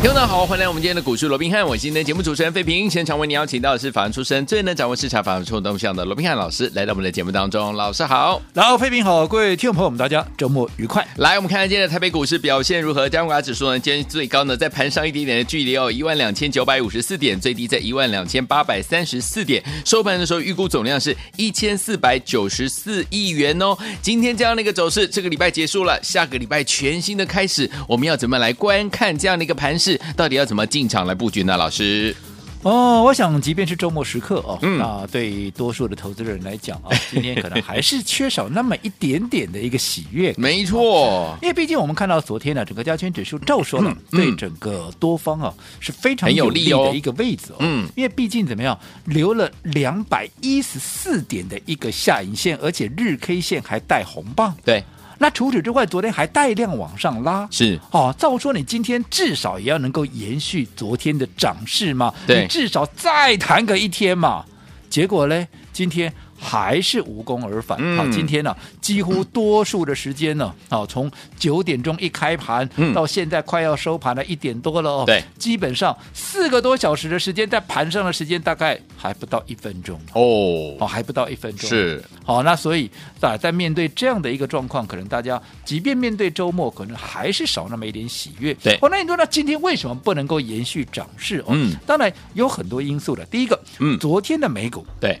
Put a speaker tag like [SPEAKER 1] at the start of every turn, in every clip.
[SPEAKER 1] 听众朋友好，欢迎来我们今天的股市罗宾汉，我是今天的节目主持人费平。现场为您邀请到的是法案出身、最能掌握市场法案冲动向的罗宾汉老师，来到我们的节目当中。老师好，
[SPEAKER 2] 然后，飞平好，各位听众朋友们，大家周末愉快。
[SPEAKER 1] 来我们看看今天的台北股市表现如何？加权指数呢，今天最高呢在盘上一点点的距离哦，一万两千九百五十四点，最低在一万两千八百三十四点，收盘的时候预估总量是一千四百九十四亿元哦。今天这样的一个走势，这个礼拜结束了，下个礼拜全新的开始，我们要怎么来观看这样的一个盘势？到底要怎么进场来布局呢？老师，
[SPEAKER 2] 哦，我想即便是周末时刻哦，
[SPEAKER 1] 嗯
[SPEAKER 2] 那对多数的投资人来讲 啊、今天可能还是缺少那么一点点的一个喜悦。
[SPEAKER 1] 没错，
[SPEAKER 2] 因为毕竟我们看到昨天呢、整个加权指数照说了，
[SPEAKER 1] 嗯
[SPEAKER 2] 对整个多方啊是非常
[SPEAKER 1] 很有
[SPEAKER 2] 有
[SPEAKER 1] 利
[SPEAKER 2] 利
[SPEAKER 1] 哦
[SPEAKER 2] 的一个位置哦。
[SPEAKER 1] 嗯，
[SPEAKER 2] 因为毕竟怎么样，留了两百一十四点的一个下影线，而且日 K 线还带红棒。
[SPEAKER 1] 对，
[SPEAKER 2] 那除此之外，昨天还带量往上拉，
[SPEAKER 1] 是
[SPEAKER 2] 哦，照说你今天至少也要能够延续昨天的涨势嘛，
[SPEAKER 1] 对
[SPEAKER 2] 你至少再弹个一天嘛。结果呢，今天还是无功而返。
[SPEAKER 1] 嗯
[SPEAKER 2] 好，今天呢、几乎多数的时间呢，好、从九点钟一开盘、
[SPEAKER 1] 嗯
[SPEAKER 2] 到现在快要收盘了，一点多了哦。
[SPEAKER 1] 对
[SPEAKER 2] 基本上四个多小时的时间，在盘上的时间大概还不到一分钟，哦，
[SPEAKER 1] 哦，
[SPEAKER 2] 还不到一分钟。
[SPEAKER 1] 是，
[SPEAKER 2] 好，那所以啊，在面对这样的一个状况，可能大家即便面对周末，可能还是少那么一点喜悦。
[SPEAKER 1] 对
[SPEAKER 2] 哦，那你说那今天为什么不能够延续涨势？哦，
[SPEAKER 1] 嗯
[SPEAKER 2] 当然有很多因素的。第一个，
[SPEAKER 1] 嗯
[SPEAKER 2] 昨天的美股
[SPEAKER 1] 对，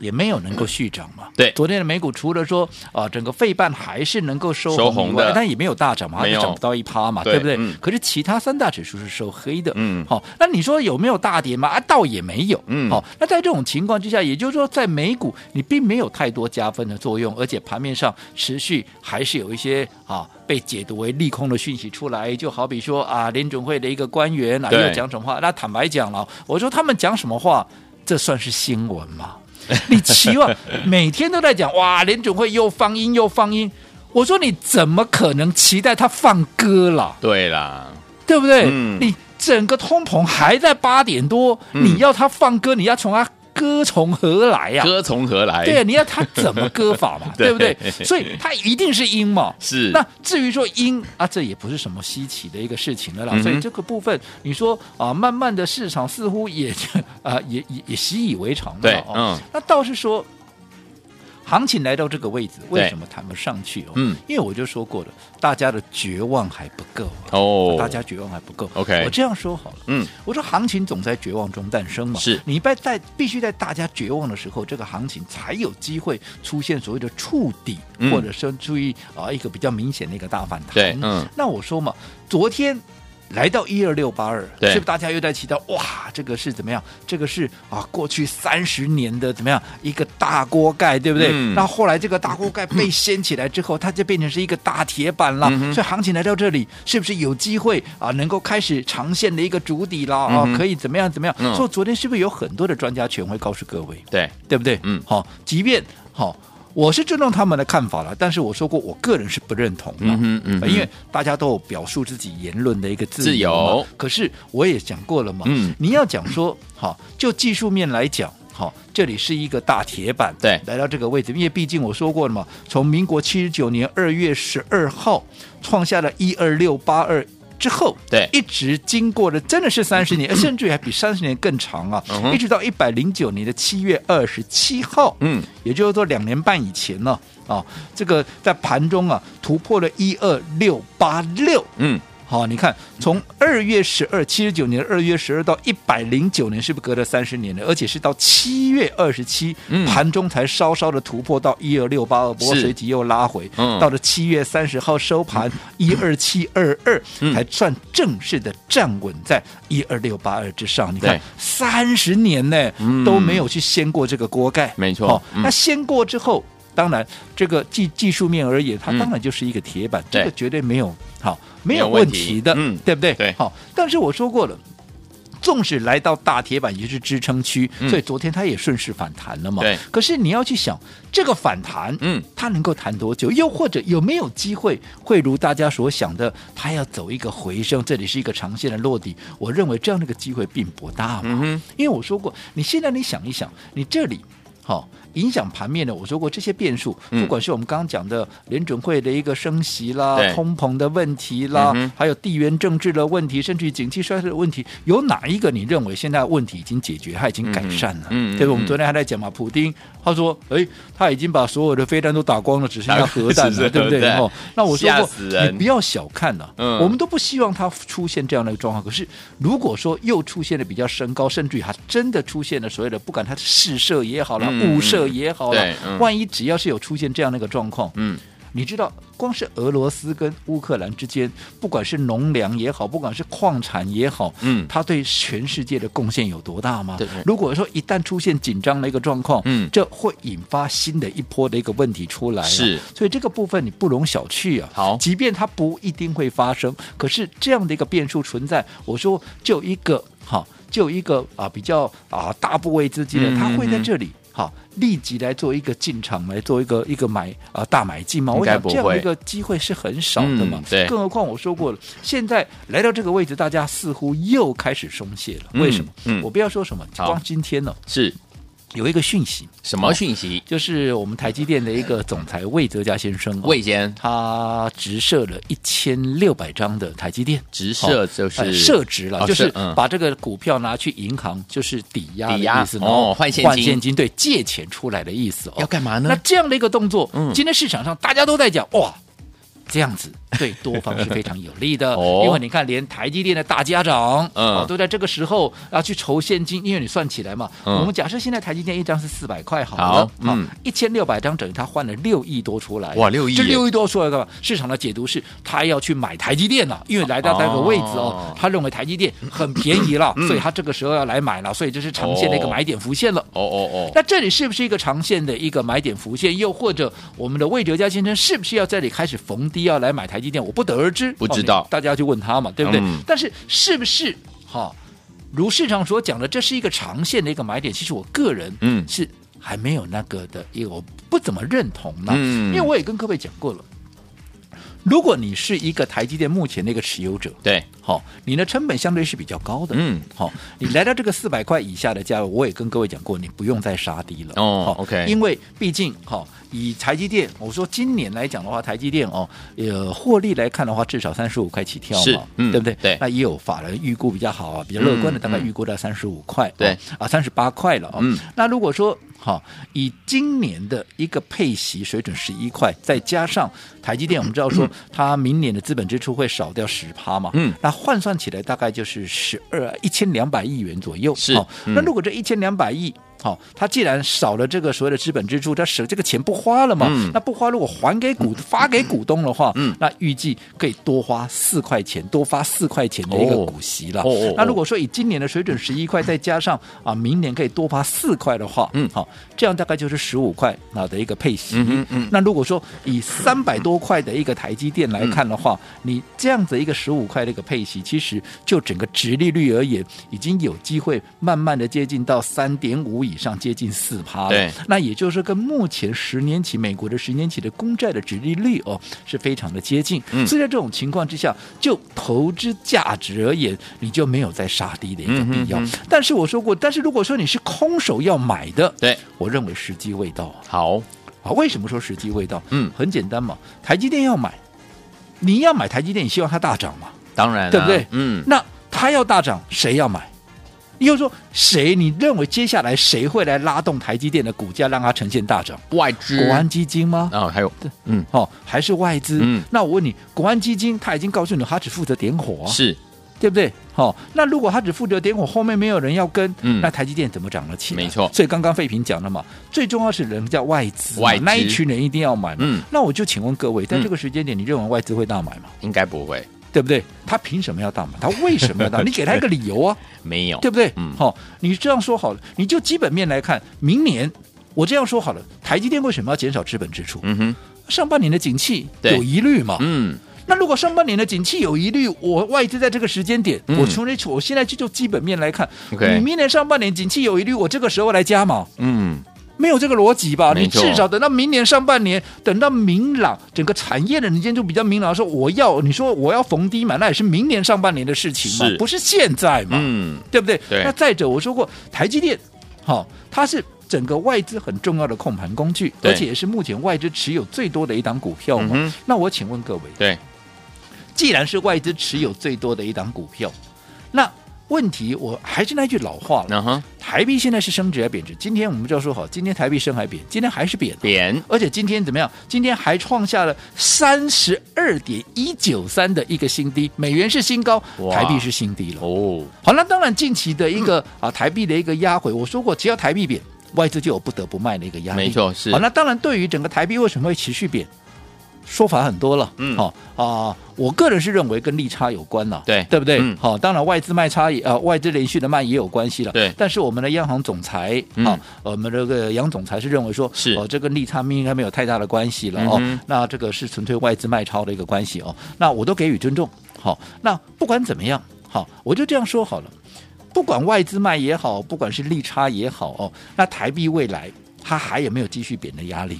[SPEAKER 2] 也没有能够续涨嘛。
[SPEAKER 1] 对
[SPEAKER 2] 昨天的美股除了说啊、整个费半还是能够收
[SPEAKER 1] 收
[SPEAKER 2] 红
[SPEAKER 1] 红
[SPEAKER 2] 以外
[SPEAKER 1] 的
[SPEAKER 2] 但也没有大涨嘛，它
[SPEAKER 1] 没有
[SPEAKER 2] 就涨不到一趴嘛，
[SPEAKER 1] 对
[SPEAKER 2] 对不对、
[SPEAKER 1] 嗯
[SPEAKER 2] 可是其他三大指数是收黑的，
[SPEAKER 1] 嗯
[SPEAKER 2] 好、那你说有没有大跌嘛？啊，倒也没有，
[SPEAKER 1] 嗯
[SPEAKER 2] 好、那在这种情况之下，也就是说，在美股你并没有太多加分的作用，而且盘面上持续还是有一些啊被解读为利空的讯息出来，就好比说啊，联准会的一个官员啊
[SPEAKER 1] 对
[SPEAKER 2] 又讲什么话，那坦白讲了，我说他们讲什么话，这算是新闻吗？ 你期望每天都在讲哇，联准会又放音又放音，我说你怎么可能期待他放歌啦？
[SPEAKER 1] 对啦，
[SPEAKER 2] 对不对？
[SPEAKER 1] 嗯
[SPEAKER 2] 你整个通膨还在八点多，你要他放歌，你要从他歌从何来呀、
[SPEAKER 1] 歌从何来？
[SPEAKER 2] 对，你要他怎么歌法嘛，
[SPEAKER 1] 对
[SPEAKER 2] 对不对？所以他一定是阴嘛。
[SPEAKER 1] 是，
[SPEAKER 2] 那至于说阴啊，这也不是什么稀奇的一个事情了啦。
[SPEAKER 1] 嗯哼
[SPEAKER 2] 所以这个部分，你说啊，慢慢的市场似乎也 啊、也也也习以为常了
[SPEAKER 1] 对
[SPEAKER 2] 啦，哦。
[SPEAKER 1] 嗯，
[SPEAKER 2] 那倒是说，行情来到这个位置，
[SPEAKER 1] 对
[SPEAKER 2] 为什么谈不上去哦？
[SPEAKER 1] 嗯，
[SPEAKER 2] 因为我就说过了，大家的绝望还不够、啊。
[SPEAKER 1] 哦，
[SPEAKER 2] 大家绝望还不够。
[SPEAKER 1] OK
[SPEAKER 2] 我这样说好了，
[SPEAKER 1] 嗯，
[SPEAKER 2] 我说行情总在绝望中诞生嘛，
[SPEAKER 1] 是
[SPEAKER 2] 你在在必须在大家绝望的时候，这个行情才有机会出现所谓的触底，
[SPEAKER 1] 嗯
[SPEAKER 2] 或者说注意啊、一个比较明显的一个大反弹。
[SPEAKER 1] 对嗯，
[SPEAKER 2] 那我说嘛，昨天。来到一二六八二，
[SPEAKER 1] 对
[SPEAKER 2] 是不是大家又在期待？哇，这个是怎么样？这个是啊，过去三十年的怎么样一个大锅盖，对不对？
[SPEAKER 1] 嗯
[SPEAKER 2] 那后来这个大锅盖被掀起来之后，它就变成是一个大铁板了。
[SPEAKER 1] 嗯哼
[SPEAKER 2] 所以行情来到这里，是不是有机会啊，能够开始长线的一个主底啦？啊、
[SPEAKER 1] 嗯哼
[SPEAKER 2] 可以怎么样怎么样？
[SPEAKER 1] 嗯
[SPEAKER 2] 所以昨天是不是有很多的专家权威告诉各位，
[SPEAKER 1] 对，
[SPEAKER 2] 对不对？
[SPEAKER 1] 嗯
[SPEAKER 2] 好、即便好、我是尊重他们的看法了，但是我说过，我个人是不认同的。
[SPEAKER 1] 嗯哼嗯哼
[SPEAKER 2] 因为大家都有表述自己言论的一个自
[SPEAKER 1] 自
[SPEAKER 2] 由嘛。
[SPEAKER 1] 由
[SPEAKER 2] 可是我也讲过了嘛，
[SPEAKER 1] 嗯
[SPEAKER 2] 你要讲说好、就技术面来讲。好，这里是一个大铁板，
[SPEAKER 1] 对
[SPEAKER 2] 来到这个位置，因为毕竟我说过了嘛，从民国七十九年二月十二号创下了一二六八二之后，
[SPEAKER 1] 对
[SPEAKER 2] 一直经过了真的是三 十年，甚至于还比三十年更长啊，
[SPEAKER 1] 嗯哼
[SPEAKER 2] 一直到一百零九年的七月二十七号，
[SPEAKER 1] 嗯，
[SPEAKER 2] 也就是说两年半以前呢、啊，这个在盘中啊突破了一二六八六。
[SPEAKER 1] 嗯，
[SPEAKER 2] 好，你看，从二月十二七十九年二月十二到一百零九年，是不是隔了三十年了？而且是到七月二十七
[SPEAKER 1] 嗯，
[SPEAKER 2] 盘中才稍稍的突破到一二六八二，不过
[SPEAKER 1] 是
[SPEAKER 2] 随即又拉回，
[SPEAKER 1] 嗯
[SPEAKER 2] 到了七月三十号收盘一二七二二，
[SPEAKER 1] 嗯
[SPEAKER 2] 才算正式的站稳在一二六八二之上。你
[SPEAKER 1] 对
[SPEAKER 2] 看，三十年呢、
[SPEAKER 1] 嗯
[SPEAKER 2] 都没有去掀过这个锅盖，
[SPEAKER 1] 没错
[SPEAKER 2] 好
[SPEAKER 1] 嗯
[SPEAKER 2] 那掀过之后。当然，这个技技术面而言，它
[SPEAKER 1] 嗯
[SPEAKER 2] 当然就是一个铁板，
[SPEAKER 1] 对
[SPEAKER 2] 这个绝对没有好没
[SPEAKER 1] 没有
[SPEAKER 2] 有
[SPEAKER 1] 问
[SPEAKER 2] 问
[SPEAKER 1] 题
[SPEAKER 2] 题的，
[SPEAKER 1] 嗯
[SPEAKER 2] 对不对？
[SPEAKER 1] 对
[SPEAKER 2] 好，但是我说过了。纵使来到大铁板，也就是支撑区，所以昨天它也顺势反弹了嘛。
[SPEAKER 1] 嗯对
[SPEAKER 2] 可是你要去想，这个反弹，
[SPEAKER 1] 嗯
[SPEAKER 2] 它能够弹多久？又或者有没有机会会如大家所想的，它要走一个回升？这里是一个长线的落底，我认为这样的一个机会并不大嘛。
[SPEAKER 1] 嗯哼
[SPEAKER 2] 因为我说过，你现在你想一想，你这里。好、影响盘面的，我说过这些变数，
[SPEAKER 1] 嗯
[SPEAKER 2] 不管是我们刚刚讲的联准会的一个升息啦
[SPEAKER 1] 对、
[SPEAKER 2] 通膨的问题啦，
[SPEAKER 1] 嗯哼
[SPEAKER 2] 还有地缘政治的问题，甚至于景气衰退的问题，有哪一个你认为现在问题已经解决，它已经改善了？
[SPEAKER 1] 嗯嗯嗯
[SPEAKER 2] 对吧？我们昨天还在讲嘛，普丁他说，哎，他已经把所有的飞弹都打光了，只剩下核 弹
[SPEAKER 1] 只剩
[SPEAKER 2] 了，对不对
[SPEAKER 1] 核？弹
[SPEAKER 2] 哦，那我说
[SPEAKER 1] 吓
[SPEAKER 2] 过
[SPEAKER 1] 死，人
[SPEAKER 2] 你不要小看了、
[SPEAKER 1] 嗯
[SPEAKER 2] 我们都不希望它出现这样的一个状况。可是如果说又出现了比较升高，甚至于它真的出现了所谓的不管它试射也好了、
[SPEAKER 1] 嗯
[SPEAKER 2] 误射也好了
[SPEAKER 1] 对、嗯
[SPEAKER 2] 万一只要是有出现这样的一个状况，
[SPEAKER 1] 嗯，
[SPEAKER 2] 你知道，光是俄罗斯跟乌克兰之间，不管是农粮也好，不管是矿产也好，
[SPEAKER 1] 嗯
[SPEAKER 2] 它对全世界的贡献有多大吗？
[SPEAKER 1] 对对
[SPEAKER 2] 如果说一旦出现紧张的一个状况，
[SPEAKER 1] 嗯
[SPEAKER 2] 这会引发新的一波的一个问题出来啊。
[SPEAKER 1] 是
[SPEAKER 2] 所以这个部分你不容小觑啊。
[SPEAKER 1] 好
[SPEAKER 2] 即便它不一定会发生，可是这样的一个变数存在，我说就一个哈，就一个啊比较啊大部位资金的，
[SPEAKER 1] 嗯
[SPEAKER 2] 它会在
[SPEAKER 1] 嗯
[SPEAKER 2] 这里。好，立即来做一个进场，来做一个一个买啊、大买进嘛。
[SPEAKER 1] 应
[SPEAKER 2] 我
[SPEAKER 1] 该
[SPEAKER 2] 想
[SPEAKER 1] 不
[SPEAKER 2] 这样的
[SPEAKER 1] 会
[SPEAKER 2] 一个机会是很少的嘛。
[SPEAKER 1] 嗯对
[SPEAKER 2] 更何况我说过了，现在来到这个位置，大家似乎又开始松懈了。为什么？
[SPEAKER 1] 嗯嗯
[SPEAKER 2] 我不要说什么，
[SPEAKER 1] 好
[SPEAKER 2] 光今天呢、
[SPEAKER 1] 是
[SPEAKER 2] 有一个讯息，
[SPEAKER 1] 什么讯息？
[SPEAKER 2] 就是我们台积电的一个总裁魏哲嘉先生、
[SPEAKER 1] 魏先
[SPEAKER 2] 他直设了一千六百张的台积电，
[SPEAKER 1] 直射
[SPEAKER 2] 哦
[SPEAKER 1] 就
[SPEAKER 2] 呃
[SPEAKER 1] 是
[SPEAKER 2] 设值了，
[SPEAKER 1] 哦
[SPEAKER 2] 就是
[SPEAKER 1] 设嗯
[SPEAKER 2] 把这个股票拿去银行，就是抵押的
[SPEAKER 1] 抵押
[SPEAKER 2] 意思，
[SPEAKER 1] 哦
[SPEAKER 2] 然后
[SPEAKER 1] 换现金
[SPEAKER 2] 换现金，对，借钱出来的意思哦。
[SPEAKER 1] 要干嘛呢
[SPEAKER 2] 那这样的一个动作
[SPEAKER 1] 嗯，，
[SPEAKER 2] 今天市场上大家都在讲哇。这样子对多方是非常有利的
[SPEAKER 1] 哦
[SPEAKER 2] 因为你看，连台积电的大家长，
[SPEAKER 1] 嗯
[SPEAKER 2] 哦都在这个时候啊去筹现金，因为你算起来嘛，
[SPEAKER 1] 嗯
[SPEAKER 2] 我们假设现在台积电一张是四百块好
[SPEAKER 1] 好
[SPEAKER 2] 了，哦
[SPEAKER 1] 嗯
[SPEAKER 2] 一千六百张等于他换了六亿多出来，
[SPEAKER 1] 哇6亿
[SPEAKER 2] 这
[SPEAKER 1] 耶
[SPEAKER 2] 六亿多出来干嘛？市场的解读是他要去买台积电了，因为来到那个位置哦，
[SPEAKER 1] 哦嗯
[SPEAKER 2] 他认为台积电很便宜了，所以他这个时候要来买了，所以这是长线的一个
[SPEAKER 1] 哦
[SPEAKER 2] 买点浮现了。
[SPEAKER 1] 哦哦哦，
[SPEAKER 2] 那这里是不是一个长线的一个买点浮现？又或者我们的魏哲家先生是不是要这里开始逢低要来买台积电？我不得而知，
[SPEAKER 1] 不知道
[SPEAKER 2] 哦大家去问他嘛，对不对？
[SPEAKER 1] 嗯
[SPEAKER 2] 但是是不是哈、如市场所讲的，这是一个长线的一个买点。其实我个人
[SPEAKER 1] 嗯
[SPEAKER 2] 是还没有那个的，因为我不怎么认同呢，
[SPEAKER 1] 嗯
[SPEAKER 2] 因为我也跟各位讲过了。如果你是一个台积电目前的一个持有者，
[SPEAKER 1] 对，
[SPEAKER 2] 好、你的成本相对是比较高的，
[SPEAKER 1] 嗯，
[SPEAKER 2] 好、你来到这个四百块以下的价位，我也跟各位讲过，你不用再杀低了，
[SPEAKER 1] 哦
[SPEAKER 2] 好
[SPEAKER 1] OK
[SPEAKER 2] 因为毕竟，好、以台积电，我说今年来讲的话，台积电哦，呃，获利来看的话，至少三十五块起跳
[SPEAKER 1] 是
[SPEAKER 2] 嘛，
[SPEAKER 1] 嗯
[SPEAKER 2] 对不对？
[SPEAKER 1] 对
[SPEAKER 2] 那也有法人预估比较好啊，比较乐观的，
[SPEAKER 1] 嗯
[SPEAKER 2] 大概
[SPEAKER 1] 嗯
[SPEAKER 2] 预估到三十五块，
[SPEAKER 1] 对
[SPEAKER 2] 哦啊，三十八块了哦，
[SPEAKER 1] 嗯
[SPEAKER 2] 那如果说好、以今年的一个配息水准十一块，再加上台积电，我们知道说它明年的资本支出会少掉十趴嘛，
[SPEAKER 1] 嗯，
[SPEAKER 2] 那换算起来大概就是十二一千两百亿元左右。
[SPEAKER 1] 是
[SPEAKER 2] 好
[SPEAKER 1] 嗯
[SPEAKER 2] 那如果这一千两百亿。好、它既然少了这个所谓的资本支出，它舍这个钱不花了嘛？
[SPEAKER 1] 嗯
[SPEAKER 2] 那不花，如果还给股发给股东的话，
[SPEAKER 1] 嗯
[SPEAKER 2] 那预计可以多花四块钱，多发四块钱的一个
[SPEAKER 1] 哦
[SPEAKER 2] 股息了。
[SPEAKER 1] 哦哦哦
[SPEAKER 2] 那如果说以今年的水准十一块，再加上啊明年可以多发四块的话，
[SPEAKER 1] 嗯
[SPEAKER 2] 好、这样大概就是十五块啊的一个配息。
[SPEAKER 1] 嗯哼嗯
[SPEAKER 2] 那如果说以三百多块的一个台积电来看的话，
[SPEAKER 1] 嗯
[SPEAKER 2] 你这样子一个十五块的一个配息，其实就整个值利率而言，已经有机会慢慢的接近到三点五以上，接近四趴了。
[SPEAKER 1] 对
[SPEAKER 2] 那也就是跟目前十年期美国的十年期的公债的值利率哦是非常的接近。
[SPEAKER 1] 嗯
[SPEAKER 2] 所以在这种情况之下，就投资价值而言，你就没有再杀低的一个必要。
[SPEAKER 1] 嗯哼
[SPEAKER 2] 但是我说过，但是如果说你是空手要买的，
[SPEAKER 1] 对，
[SPEAKER 2] 我认为时机未到啊。
[SPEAKER 1] 好，
[SPEAKER 2] 啊，为什么说时机未到？
[SPEAKER 1] 嗯
[SPEAKER 2] 很简单嘛，台积电要买，你要买台积电，你希望它大涨嘛？
[SPEAKER 1] 当然啦
[SPEAKER 2] 对不对
[SPEAKER 1] 嗯，
[SPEAKER 2] 那它要大涨，谁要买？也就是说，谁你认为接下来谁会来拉动台积电的股价，让它呈现大涨？
[SPEAKER 1] 外资
[SPEAKER 2] 国安基金吗？
[SPEAKER 1] 啊，还有嗯
[SPEAKER 2] 哦，还是外资？
[SPEAKER 1] 嗯
[SPEAKER 2] 那我问你，国安基金它已经告诉你，它只负责点火、啊，
[SPEAKER 1] 是
[SPEAKER 2] 对不对？好、那如果它只负责点火，后面没有人要跟，
[SPEAKER 1] 嗯
[SPEAKER 2] 那台积电怎么涨了起来？
[SPEAKER 1] 没错
[SPEAKER 2] 所以刚刚费平讲了嘛，最重要是人家外资嘛，
[SPEAKER 1] 外资
[SPEAKER 2] 那一群人一定要买嘛。
[SPEAKER 1] 嗯
[SPEAKER 2] 那我就请问各位，在
[SPEAKER 1] 嗯
[SPEAKER 2] 这个时间点，你认为外资会大买吗？
[SPEAKER 1] 应该不会，
[SPEAKER 2] 对不对？他凭什么要大买？他为什么要大 买？你给他一个理由啊，
[SPEAKER 1] 没有
[SPEAKER 2] 对不对？
[SPEAKER 1] 嗯
[SPEAKER 2] 好、你这样说好了，你就基本面来看，明年我这样说好了，台积电为什么要减少资本支出？
[SPEAKER 1] 嗯哼，
[SPEAKER 2] 上半年的景气
[SPEAKER 1] 对
[SPEAKER 2] 有疑虑嘛？
[SPEAKER 1] 嗯，
[SPEAKER 2] 那如果上半年的景气有疑虑，我外资在这个时间点，
[SPEAKER 1] 嗯
[SPEAKER 2] 我从那我现在就就基本面来看
[SPEAKER 1] OK
[SPEAKER 2] 你明年上半年景气有疑虑，我这个时候来加码，
[SPEAKER 1] 嗯，
[SPEAKER 2] 没有这个逻辑吧？
[SPEAKER 1] 没
[SPEAKER 2] 你
[SPEAKER 1] 错
[SPEAKER 2] 至少等到明年上半年，等到明朗整个产业的人间就比较明朗的时候，我要你说我要逢低买，那也是明年上半年的事情嘛
[SPEAKER 1] 是，
[SPEAKER 2] 不是现在嘛，
[SPEAKER 1] 嗯，
[SPEAKER 2] 对不对？
[SPEAKER 1] 对
[SPEAKER 2] 那再者，我说过台积电，好、它是。整个外资很重要的控盘工具，
[SPEAKER 1] 对
[SPEAKER 2] 而且也是目前外资持有最多的一档股票嘛。
[SPEAKER 1] 嗯哼
[SPEAKER 2] 那我请问各位，
[SPEAKER 1] 对，
[SPEAKER 2] 既然是外资持有最多的一档股票，那问题我还是那句老话了，
[SPEAKER 1] 然后
[SPEAKER 2] 台币现在是升值还贬值？今天我们就要说好，今天台币升还贬，今天还是贬，
[SPEAKER 1] 扁，
[SPEAKER 2] 而且今天怎么样？今天还创下了三十二点一九三的一个新低，美元是新高
[SPEAKER 1] 哇，
[SPEAKER 2] 台币是新低了。
[SPEAKER 1] 哦，
[SPEAKER 2] 好，那当然近期的一个、啊台币的一个压回，我说过，只要台币贬，外资就有不得不卖的一个压力。
[SPEAKER 1] 没错是
[SPEAKER 2] 好，那当然对于整个台币为什么会持续贬，说法很多了。
[SPEAKER 1] 嗯
[SPEAKER 2] 好啊、我个人是认为跟利差有关了，
[SPEAKER 1] 对
[SPEAKER 2] 对不对？
[SPEAKER 1] 嗯
[SPEAKER 2] 好，当然外资卖差也呃外资连续的卖也有关系了。
[SPEAKER 1] 对
[SPEAKER 2] 但是我们的央行总裁啊、
[SPEAKER 1] 嗯
[SPEAKER 2] 我们这个杨总裁是认为说，
[SPEAKER 1] 是
[SPEAKER 2] 哦，这跟利差应该没有太大的关系了、
[SPEAKER 1] 嗯
[SPEAKER 2] 哦。那这个是纯粹外资卖超的一个关系哦。那我都给予尊重。好，那不管怎么样，好，我就这样说好了。不管外资卖也好，不管是利差也好哦，那台币未来它还有没有继续贬的压力？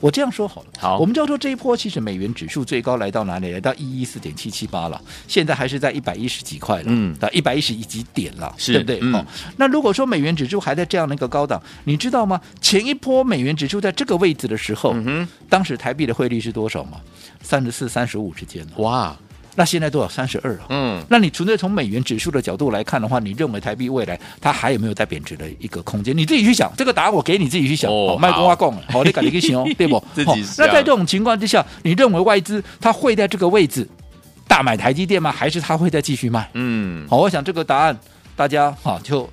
[SPEAKER 2] 我这样说好了，
[SPEAKER 1] 好
[SPEAKER 2] 我们叫做这一波，其实美元指数最高来到哪里？来到一一四点七七八了，现在还是在一百一十几块了，
[SPEAKER 1] 嗯
[SPEAKER 2] 到一百一十几点了，
[SPEAKER 1] 是
[SPEAKER 2] 对不对？
[SPEAKER 1] 嗯
[SPEAKER 2] 哦，那如果说美元指数还在这样的一个高档，你知道吗？前一波美元指数在这个位置的时候，
[SPEAKER 1] 嗯
[SPEAKER 2] 当时台币的汇率是多少嘛？三十四、三十五之间了，
[SPEAKER 1] 哼，哇，
[SPEAKER 2] 那现在多少？三十二了。
[SPEAKER 1] 嗯，
[SPEAKER 2] 那你纯粹从美元指数的角度来看的话，你认为台币未来它还有没有在贬值的一个空间？你自己去想，这个答案我给你自己去想。
[SPEAKER 1] 哦
[SPEAKER 2] 好卖
[SPEAKER 1] 好
[SPEAKER 2] 光挖供了，好，你赶紧 去想哦，对不？
[SPEAKER 1] 自己
[SPEAKER 2] 好
[SPEAKER 1] 想
[SPEAKER 2] 那在这种情况之下，你认为外资它会在这个位置大买台积电吗？还是它会再继续卖？
[SPEAKER 1] 嗯，
[SPEAKER 2] 好，我想这个答案大家哈就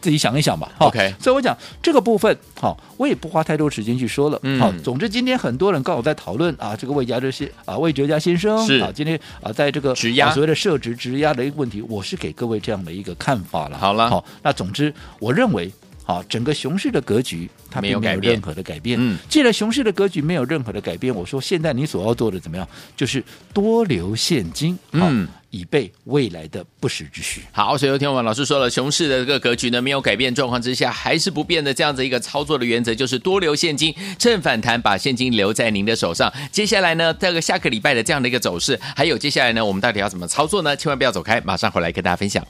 [SPEAKER 2] 自己想一想吧。哈
[SPEAKER 1] OK
[SPEAKER 2] 所以我讲这个部分，好，我也不花太多时间去说了
[SPEAKER 1] 嗯。
[SPEAKER 2] 好、总之今天很多人刚好在讨论啊，这个魏家这些啊魏哲家先生
[SPEAKER 1] 是
[SPEAKER 2] 啊，今天啊在这个
[SPEAKER 1] 质押
[SPEAKER 2] 啊所谓的设置质押的一个问题，我是给各位这样的一个看法了。
[SPEAKER 1] 好了
[SPEAKER 2] 好，那总之我认为。好，整个熊市的格局它
[SPEAKER 1] 没有
[SPEAKER 2] 并没
[SPEAKER 1] 改
[SPEAKER 2] 有
[SPEAKER 1] 变
[SPEAKER 2] 任何的改变。
[SPEAKER 1] 嗯
[SPEAKER 2] 既然熊市的格局没有任何的改变，我说现在你所要做的怎么样，就是多留现金，好
[SPEAKER 1] 嗯，
[SPEAKER 2] 以备未来的不时之需。
[SPEAKER 1] 好，所以有听我们老师说了，熊市的这个格局呢没有改变状况之下，还是不变的这样子一个操作的原则，就是多留现金，趁反弹把现金留在您的手上。接下来呢，这个下个礼拜的这样的一个走势，还有接下来呢，我们到底要怎么操作呢？千万不要走开，马上回来跟大家分享。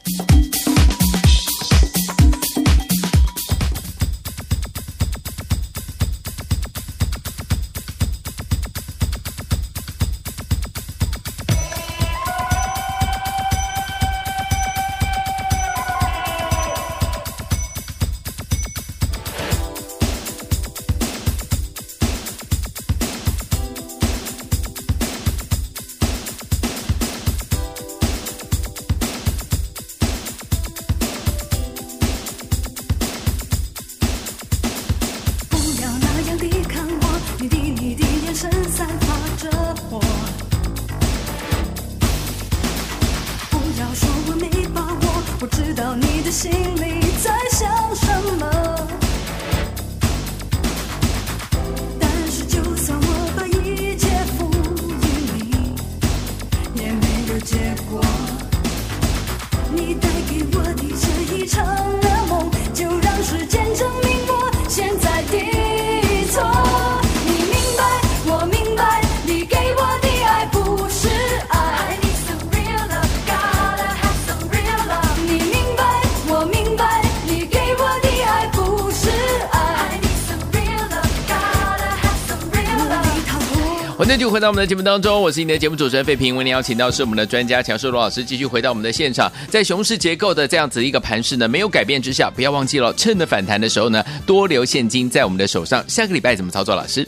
[SPEAKER 3] 不要那样的看我，你的你的眼神散发着火。不要说我没把握，我知道你的心里在想什么。但是就算我把一切赋予你，也没有结果。你带给我的这一场噩梦，就让时间证明我现在的错。你明白，我明白，你给我的爱不是爱。你明白，我明白，你给我的爱不是爱。无力逃脱。
[SPEAKER 1] 欢迎继续回到我们的节目当中，我是你的节目主持人费平。为您邀请到是我们的专家强硕罗老师，继续回到我们的现场。在熊市结构的这样子一个盘势呢，没有改变之下，不要忘记了，趁着反弹的时候呢，多留现金在我们的手上。下个礼拜怎么操作？老师，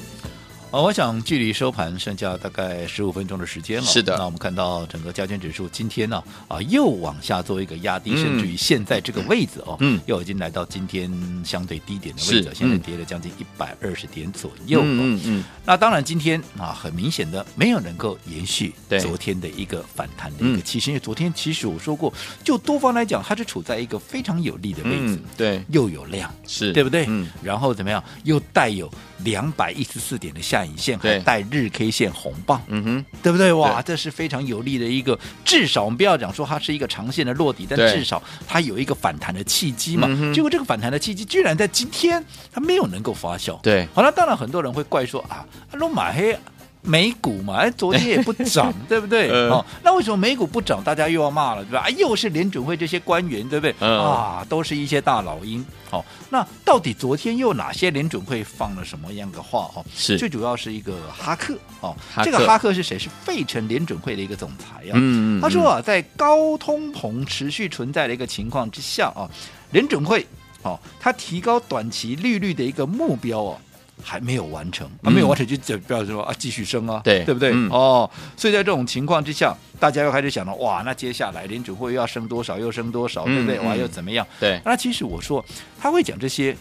[SPEAKER 2] 哦，我想距离收盘剩下大概十五分钟的时间了。
[SPEAKER 1] 是的
[SPEAKER 2] 那我们看到整个加权指数今天呢、啊，又往下做一个压低，
[SPEAKER 1] 嗯
[SPEAKER 2] 甚至于现在这个位置哦，
[SPEAKER 1] 嗯
[SPEAKER 2] 又已经来到今天相对低点的位置
[SPEAKER 1] 是，
[SPEAKER 2] 现在
[SPEAKER 1] 嗯
[SPEAKER 2] 跌了将近一百二十点左右、哦。
[SPEAKER 1] 嗯，
[SPEAKER 2] 那当然，今天啊，很明显的没有能够延续
[SPEAKER 1] 对
[SPEAKER 2] 昨天的一个反弹的一
[SPEAKER 1] 嗯
[SPEAKER 2] 个气势，因为昨天其实我说过，就多方来讲，它是处在一个非常有利的位置，
[SPEAKER 1] 嗯对
[SPEAKER 2] 又有量，
[SPEAKER 1] 是
[SPEAKER 2] 对不对？
[SPEAKER 1] 嗯
[SPEAKER 2] 然后怎么样，又带有两百一十四点的下下影线，
[SPEAKER 1] 对
[SPEAKER 2] 还带日 K 线红棒，
[SPEAKER 1] 嗯哼，
[SPEAKER 2] 对不对？哇，
[SPEAKER 1] 对
[SPEAKER 2] 这是非常有利的一个，至少我们不要讲说它是一个长线的落底，但
[SPEAKER 1] 对
[SPEAKER 2] 至少它有一个反弹的契机嘛
[SPEAKER 1] 嗯。哼
[SPEAKER 2] 结果这个反弹的契机居然在今天它没有能够发酵。
[SPEAKER 1] 对
[SPEAKER 2] 好了，当然很多人会怪说啊，那马黑。美股嘛，哎，昨天也不 涨，对不对？
[SPEAKER 1] 呃
[SPEAKER 2] 哦，那为什么美股不涨，大家又要骂了，对吧？啊，又是联准会这些官员，对不对？
[SPEAKER 1] 嗯
[SPEAKER 2] 啊，都是一些大老鹰。好、那到底昨天又哪些联准会放了什么样的话？哦，
[SPEAKER 1] 是
[SPEAKER 2] 最主要是一个哈克哦，
[SPEAKER 1] 哈
[SPEAKER 2] 这个
[SPEAKER 1] 克
[SPEAKER 2] 哈克是谁？是费城联准会的一个总裁啊。
[SPEAKER 1] 嗯嗯
[SPEAKER 2] 他说啊，在高通膨持续存在的一个情况之下啊，联准会哦，它提高短期利率的一个目标哦。还没有完成，
[SPEAKER 1] 嗯
[SPEAKER 2] 啊、没有完成就就表示说啊，继续升啊，
[SPEAKER 1] 对
[SPEAKER 2] 对不对、
[SPEAKER 1] 嗯
[SPEAKER 2] 哦，所以在这种情况之下，大家又开始想了，哇，那接下来联准会又要升多少，又升多少，对不对？
[SPEAKER 1] 嗯
[SPEAKER 2] 哇，
[SPEAKER 1] 嗯
[SPEAKER 2] 又怎么样？
[SPEAKER 1] 对，
[SPEAKER 2] 那其实我说他会讲这些，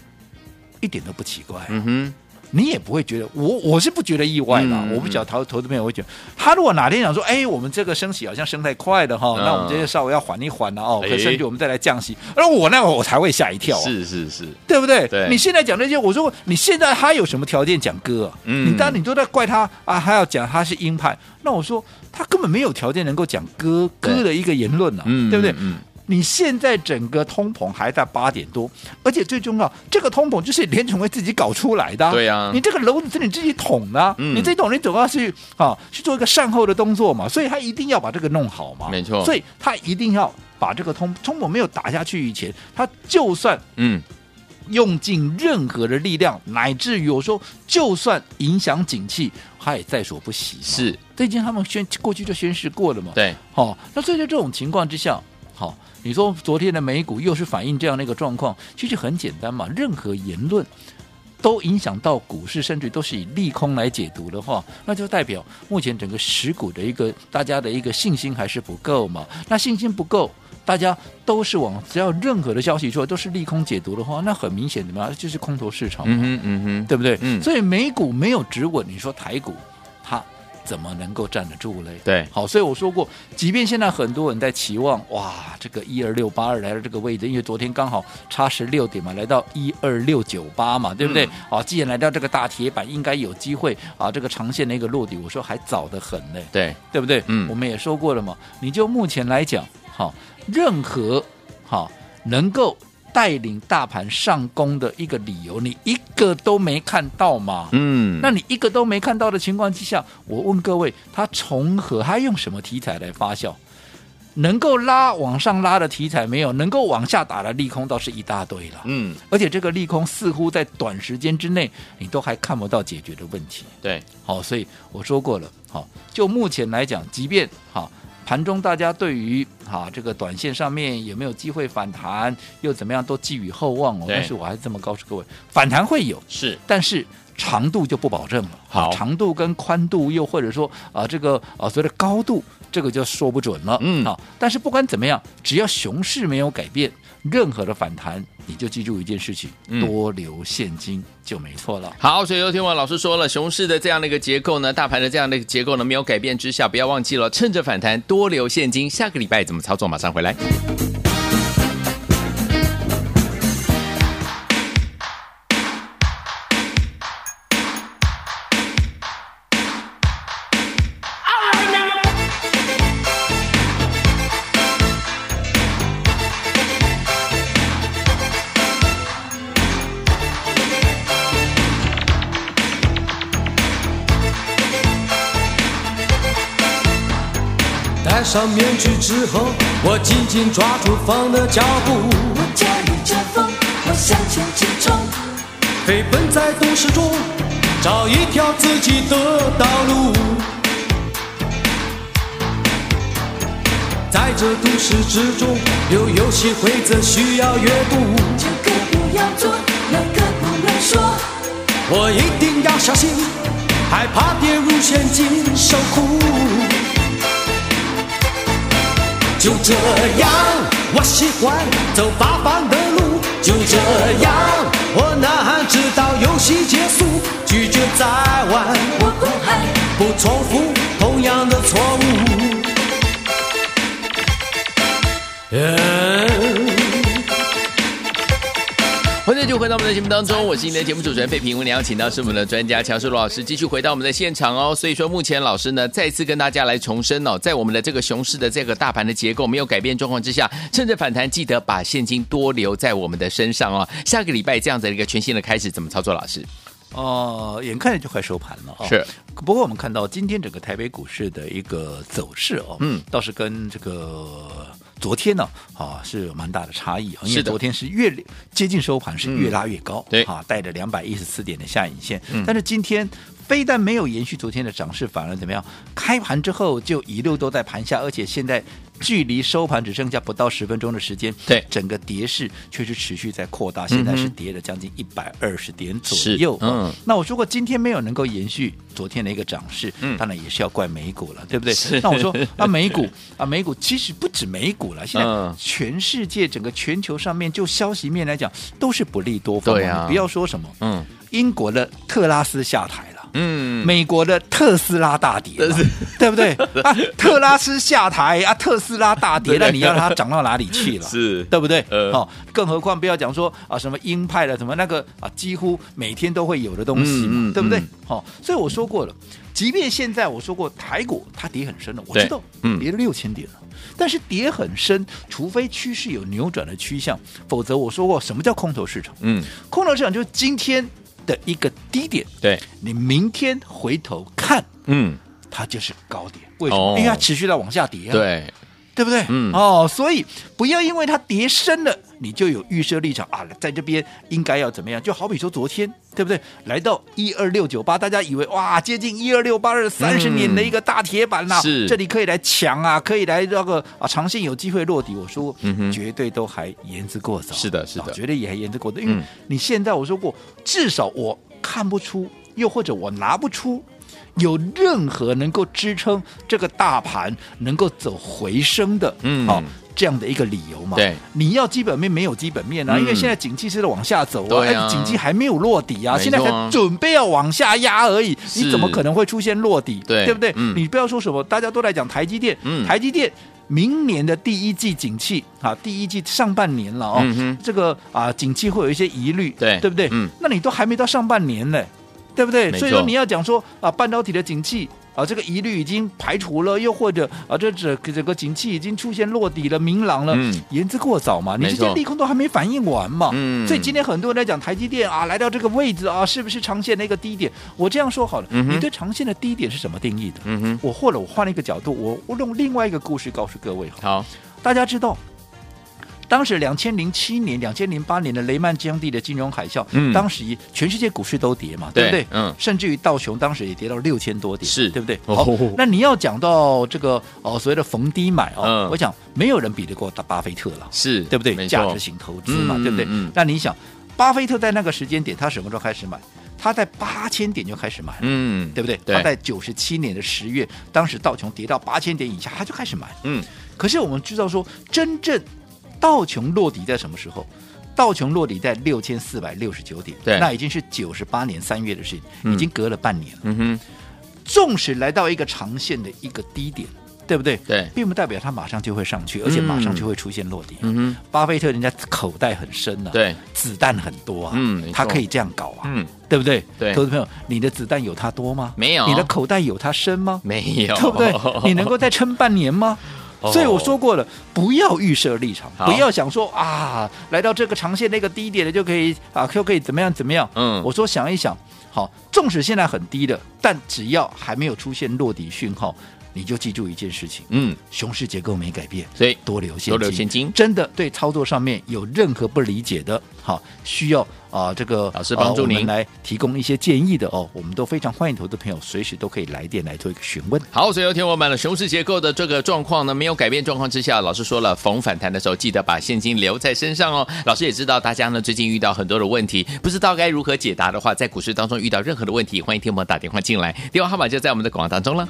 [SPEAKER 2] 一点都不奇怪啊、
[SPEAKER 1] 嗯哼，
[SPEAKER 2] 你也不会觉得我我是不觉得意外啦，
[SPEAKER 1] 嗯
[SPEAKER 2] 我不晓得投投资朋友会觉得，他如果哪天想说，哎，我们这个升息好像升太快了哈，
[SPEAKER 1] 嗯
[SPEAKER 2] 那我们这些稍微要缓一缓了哦，
[SPEAKER 1] 哎
[SPEAKER 2] 可甚至我们再来降息，而我那我才会吓一跳、啊，
[SPEAKER 1] 是是是，
[SPEAKER 2] 对不对？
[SPEAKER 1] 对
[SPEAKER 2] 你现在讲这些，我说你现在他有什么条件讲歌、啊？
[SPEAKER 1] 嗯
[SPEAKER 2] 你当然你都在怪他啊，他要讲他是鹰派，那我说他根本没有条件能够讲歌
[SPEAKER 1] 对
[SPEAKER 2] 歌的一个言论啊，
[SPEAKER 1] 嗯，
[SPEAKER 2] 对不对？
[SPEAKER 1] 嗯，
[SPEAKER 2] 你现在整个通膨还在八点多，而且最重要，这个通膨就是联储会自己搞出来的、
[SPEAKER 1] 对啊
[SPEAKER 2] 你这个篓子是你自己捅的啊、
[SPEAKER 1] 嗯
[SPEAKER 2] 你这种你总要去啊去做一个善后的动作嘛，所以他一定要把这个弄好嘛，
[SPEAKER 1] 没错
[SPEAKER 2] 啊所以他一定要把这个通通膨没有打下去以前，他就算
[SPEAKER 1] 嗯，
[SPEAKER 2] 用尽任何的力量，乃至于我说，就算影响景气，他也在所不惜嘛。
[SPEAKER 1] 是
[SPEAKER 2] 这已经他们宣过去就宣示过了嘛。
[SPEAKER 1] 对，
[SPEAKER 2] 好、那所以在这种情况之下，好、你说昨天的美股又是反映这样的一个状况，其实很简单嘛，任何言论。都影响到股市，甚至都是以利空来解读的话，那就代表目前整个实股的一个大家的一个信心还是不够嘛。那信心不够，大家都是往只要任何的消息出来都是利空解读的话，那很明显怎么样，就是空头市场嘛。
[SPEAKER 1] 嗯哼嗯哼，
[SPEAKER 2] 对不对？
[SPEAKER 1] 嗯
[SPEAKER 2] 所以美股没有止稳，你说台股它怎么能够站得住嘞？
[SPEAKER 1] 对
[SPEAKER 2] 好，所以我说过，即便现在很多人在期望，哇，这个一二六八二来到这个位置，因为昨天刚好差十六点嘛，来到一二六九八嘛，对不对？啊，既然来到这个大铁板，应该有机会啊，这个长线的一个落底，我说还早得很嘞。
[SPEAKER 1] 对，
[SPEAKER 2] 对不对？
[SPEAKER 1] 嗯
[SPEAKER 2] 我们也说过了嘛。你就目前来讲，好，任何好能够带领大盘上攻的一个理由，你一个都没看到嘛？
[SPEAKER 1] 嗯，
[SPEAKER 2] 那你一个都没看到的情况之下，我问各位，它从何？它用什么题材来发酵？能够拉往上拉的题材没有，能够往下打的利空倒是一大堆了。
[SPEAKER 1] 嗯，
[SPEAKER 2] 而且这个利空似乎在短时间之内，你都还看不到解决的问题。
[SPEAKER 1] 对，
[SPEAKER 2] 好，所以我说过了，好，就目前来讲，即便好盘中大家对于哈这个短线上面有没有机会反弹，又怎么样，都寄予厚望哦。
[SPEAKER 1] 对
[SPEAKER 2] 但是我还是这么告诉各位，反弹会有，
[SPEAKER 1] 是，
[SPEAKER 2] 但是。长度就不保证了，
[SPEAKER 1] 好
[SPEAKER 2] 长度跟宽度又或者说啊、这个啊、所谓的高度，这个就说不准了，
[SPEAKER 1] 嗯
[SPEAKER 2] 好，但是不管怎么样，只要熊市没有改变，任何的反弹，你就记住一件事情，
[SPEAKER 1] 嗯
[SPEAKER 2] 多留现金就没错了。
[SPEAKER 1] 好，所以昨天我老师说了，熊市的这样的一个结构呢，大盘的这样的一个结构呢没有改变之下，不要忘记了趁着反弹多留现金。下个礼拜怎么操作？马上回来。
[SPEAKER 4] 戴上面具之后，我紧紧抓住风的脚步，
[SPEAKER 3] 我驾驭着风，我向前直冲，
[SPEAKER 4] 飞奔在都市中，找一条自己的道路。在这都市之中，有游戏规则需要阅读，
[SPEAKER 3] 这个不要做，那个不能说。
[SPEAKER 4] 我一定要小心，害怕跌入陷阱受苦。就这样，我喜欢走八方的路。就这样，我呐喊直到游戏结束，拒绝再玩，
[SPEAKER 3] 我不喊，
[SPEAKER 4] 不重复同样的错误。嗯。
[SPEAKER 1] 欢迎就回到我们的节目当中，我是你的节目主持人费平。我们邀请到是我们的专家强叔罗老师，继续回到我们的现场哦。所以说，目前老师呢再次跟大家来重申哦，在我们的这个熊市的这个大盘的结构没有改变状况之下，趁着反弹，记得把现金多留在我们的身上哦。下个礼拜这样子的一个全新的开始，怎么操作？老师
[SPEAKER 2] 哦，眼看着就快收盘了哦。
[SPEAKER 1] 是，
[SPEAKER 2] 不过我们看到今天整个台北股市的一个走势哦，
[SPEAKER 1] 嗯，
[SPEAKER 2] 倒是跟这个。昨天呢，啊是有蛮大的差异，哦因
[SPEAKER 1] 是
[SPEAKER 2] 为
[SPEAKER 1] 的
[SPEAKER 2] 昨天是越接近收盘是越拉越高，
[SPEAKER 1] 对
[SPEAKER 2] 啊，带着两百一十四点的下影线，嗯但是今天非但没有延续昨天的涨势，反而怎么样？开盘之后就一路都在盘下，而且现在距离收盘只剩下不到十分钟的时间，
[SPEAKER 1] 对
[SPEAKER 2] 整个跌势却是持续在扩大，现在是跌了将近一百二十点左
[SPEAKER 1] 是
[SPEAKER 2] 右，
[SPEAKER 1] 嗯
[SPEAKER 2] 那我说过，今天没有能够延续昨天的一个涨势，
[SPEAKER 1] 嗯
[SPEAKER 2] 当然也是要怪美股了，对不对
[SPEAKER 1] 是？
[SPEAKER 2] 那我说啊，美股啊，美股其实不止美股了，现
[SPEAKER 1] 嗯
[SPEAKER 2] 在全世界整个全球上面，就消息面来讲，都是不利多方嘛。
[SPEAKER 1] 对啊
[SPEAKER 2] 你不要说什么，
[SPEAKER 1] 嗯
[SPEAKER 2] 英国的特拉斯下台了。
[SPEAKER 1] 嗯，
[SPEAKER 2] 美国的特斯拉大跌嘛，对不对？啊，特拉斯下台啊，特斯拉大跌，那你要它涨到哪里去 了？
[SPEAKER 1] 是
[SPEAKER 2] 对不对？
[SPEAKER 1] 呃
[SPEAKER 2] 哦，更何况不要讲说啊什么鹰派了，什么那个啊，几乎每天都会有的东西嘛，
[SPEAKER 1] 嗯嗯
[SPEAKER 2] 对不对
[SPEAKER 1] 嗯？
[SPEAKER 2] 哦，所以我说过了，即便现在我说过台股它跌很深了，我
[SPEAKER 1] 对
[SPEAKER 2] 知道，
[SPEAKER 1] 嗯
[SPEAKER 2] 跌了六千点了。但是跌很深，除非趋势有扭转的趋向，否则我说过，什么叫空头市场？
[SPEAKER 1] 嗯，
[SPEAKER 2] 空头市场就是今天的一个低点，
[SPEAKER 1] 对，
[SPEAKER 2] 你明天回头看，
[SPEAKER 1] 嗯，
[SPEAKER 2] 它就是高点。为什么？
[SPEAKER 1] 哦
[SPEAKER 2] 因为它持续在往下跌、啊。
[SPEAKER 1] 对，
[SPEAKER 2] 对不对？
[SPEAKER 1] 嗯
[SPEAKER 2] 哦，所以不要因为它跌深了，你就有预设立场啊，在这边应该要怎么样？就好比说昨天，对不对？来到一二六九八，大家以为哇，接近一二六八二三十
[SPEAKER 1] 嗯
[SPEAKER 2] 年的一个大铁板呐、
[SPEAKER 1] 是
[SPEAKER 2] 这里可以来抢啊，可以来那个啊，长线有机会落底。我说，
[SPEAKER 1] 嗯哼
[SPEAKER 2] 绝对都还言之过早。
[SPEAKER 1] 是的是的
[SPEAKER 2] 啊绝对也还言之过早，因为
[SPEAKER 1] 嗯
[SPEAKER 2] 你现在我说过，至少我看不出，又或者我拿不出有任何能够支撑这个大盘能够走回升的，
[SPEAKER 1] 嗯
[SPEAKER 2] 好、这样的一个理由嘛。
[SPEAKER 1] 对，
[SPEAKER 2] 你要基本面没有基本面啊，
[SPEAKER 1] 嗯
[SPEAKER 2] 因为现在景气是在往下走啊，
[SPEAKER 1] 对啊
[SPEAKER 2] 哎景气还没有落底啊，
[SPEAKER 1] 没
[SPEAKER 2] 现
[SPEAKER 1] 错啊
[SPEAKER 2] 在才准备要往下压而已，
[SPEAKER 1] 是
[SPEAKER 2] 你怎么可能会出现落底？
[SPEAKER 1] 对
[SPEAKER 2] 不对？
[SPEAKER 1] 嗯
[SPEAKER 2] 你不要说什么，大家都在讲台积电，
[SPEAKER 1] 嗯
[SPEAKER 2] 台积电。明年的第一季景气啊，第一季上半年了哦，
[SPEAKER 1] 嗯哼
[SPEAKER 2] 这个啊景气会有一些疑虑，
[SPEAKER 1] 对
[SPEAKER 2] 对不对？
[SPEAKER 1] 嗯
[SPEAKER 2] 那你都还没到上半年呢，对不
[SPEAKER 1] 没
[SPEAKER 2] 对？
[SPEAKER 1] 错
[SPEAKER 2] 所以说你要讲说啊，半导体的景气啊，这个疑虑已经排除了，又或者啊，这整整个景气已经出现落底了、明朗了，
[SPEAKER 1] 嗯
[SPEAKER 2] 言之过早嘛，你
[SPEAKER 1] 没
[SPEAKER 2] 这
[SPEAKER 1] 错
[SPEAKER 2] 些利空都还没反应完嘛。
[SPEAKER 1] 嗯
[SPEAKER 2] 所以今天很多人在讲台积电啊，来到这个位置啊，是不是长线的一个低点？我这样说好了，
[SPEAKER 1] 嗯哼
[SPEAKER 2] 你对长线的低点是什么定义的？
[SPEAKER 1] 嗯哼，
[SPEAKER 2] 我或者我换了一个角度，我我用另外一个故事告诉各位好了
[SPEAKER 1] 好，
[SPEAKER 2] 大家知道，当时两千零七年、两千零八年的雷曼兄弟的金融海啸，
[SPEAKER 1] 嗯
[SPEAKER 2] 当时全世界股市都跌嘛，
[SPEAKER 1] 对
[SPEAKER 2] 不对？
[SPEAKER 1] 嗯
[SPEAKER 2] 甚至于道琼当时也跌到六千多点，
[SPEAKER 1] 是
[SPEAKER 2] 对不对？
[SPEAKER 1] 哦
[SPEAKER 2] 好，那你要讲到这个哦，所谓的逢低买哦，
[SPEAKER 1] 嗯
[SPEAKER 2] 我想没有人比得过巴菲特了，
[SPEAKER 1] 是
[SPEAKER 2] 对不对？
[SPEAKER 1] 没
[SPEAKER 2] 价
[SPEAKER 1] 错
[SPEAKER 2] 值，型投资嘛，
[SPEAKER 1] 嗯
[SPEAKER 2] 对不对？
[SPEAKER 1] 嗯嗯
[SPEAKER 2] 那你想，巴菲特在那个时间点，他什么时候开始买？他在八千点就开始买了。
[SPEAKER 1] 嗯，
[SPEAKER 2] 对不对？他
[SPEAKER 1] 对，
[SPEAKER 2] 在九十七年的十月，当时道琼跌到八千点以下，他就开始买。
[SPEAKER 1] 嗯，
[SPEAKER 2] 可是我们知道说，真正道琼落底在什么时候？道琼落底在六千四百六十九点，
[SPEAKER 1] 对
[SPEAKER 2] 那已经是九十八年三月的事情，
[SPEAKER 1] 嗯
[SPEAKER 2] 已经隔了半年了。
[SPEAKER 1] 嗯哼，
[SPEAKER 2] 纵使来到一个长线的一个低点，对不对？
[SPEAKER 1] 对
[SPEAKER 2] 并不代表它马上就会上去，而且马上就会出现落底。啊
[SPEAKER 1] 嗯哼，
[SPEAKER 2] 巴菲特人家口袋很深呐、
[SPEAKER 1] 对，
[SPEAKER 2] 子弹很多啊，
[SPEAKER 1] 嗯没错
[SPEAKER 2] 他可以这样搞啊，
[SPEAKER 1] 嗯，
[SPEAKER 2] 对不对？
[SPEAKER 1] 对
[SPEAKER 2] 投资朋友，你的子弹有他多吗？
[SPEAKER 1] 没有
[SPEAKER 2] 你的口袋有他深吗？
[SPEAKER 1] 没有，
[SPEAKER 2] 对不 对？你能够再撑半年吗？
[SPEAKER 1] 哦
[SPEAKER 2] 所以我说过了，不要预设立场，
[SPEAKER 1] 好
[SPEAKER 2] 不要想说啊，来到这个长线那个低点的就可以啊，就可以怎么样怎么样。
[SPEAKER 1] 嗯
[SPEAKER 2] 我说想一想，好，纵使现在很低的，但只要还没有出现落底讯号，你就记住一件事情，
[SPEAKER 1] 嗯，
[SPEAKER 2] 熊市结构没改变，
[SPEAKER 1] 所以
[SPEAKER 2] 多留现金，
[SPEAKER 1] 多留现金
[SPEAKER 2] 真的对操作上面有任何不理解的，好，需要啊、这个
[SPEAKER 1] 老师帮助
[SPEAKER 2] 呃我们
[SPEAKER 1] 您
[SPEAKER 2] 来提供一些建议的哦，我们都非常欢迎投资朋友随时都可以来电来做一个询问。
[SPEAKER 1] 好，所以有天我们的熊市结构的这个状况呢，没有改变状况之下，老师说了，逢反弹的时候记得把现金留在身上哦。老师也知道大家呢最近遇到很多的问题，不知道该如何解答的话，在股市当中遇到任何的问题，欢迎听我们打电话进来，电话号码就在我们的广告当中了。